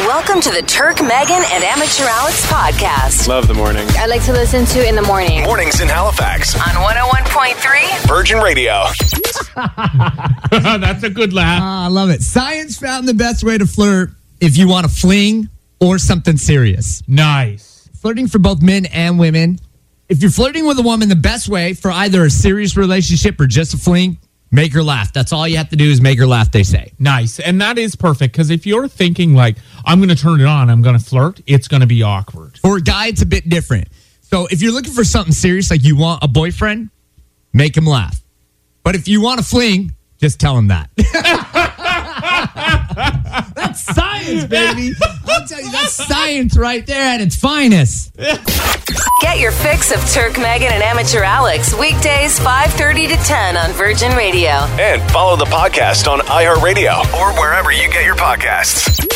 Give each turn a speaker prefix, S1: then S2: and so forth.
S1: Welcome to the Turk, Megan, and Amateur Alex podcast
S2: Love the morning.
S3: I like to listen to in the morning.
S4: Mornings in Halifax,
S1: on 101.3
S4: Virgin Radio.
S5: That's a good laugh.
S6: Ah, I love it. Science found the best way to flirt if you want to fling or something serious.
S5: Nice.
S6: Flirting for both men and women. If you're flirting with a woman, the best way for either a serious relationship or just a fling, make her laugh. That's all you have to do is make her laugh, they say.
S5: Nice. And that is perfect because if you're thinking, like, I'm going to turn it on, I'm going to flirt, it's going to be awkward.
S6: For a guy, it's a bit different. So if you're looking for something serious, like you want a boyfriend, make him laugh. But if you want to fling, just tell him that. that's science, baby. I'll tell you, that's science right there at its finest.
S1: Get your fix of Turk, Megan, and Amateur Alex weekdays 5:30 to 10 on Virgin Radio.
S4: And follow the podcast on iHeartRadio or wherever you get your podcasts.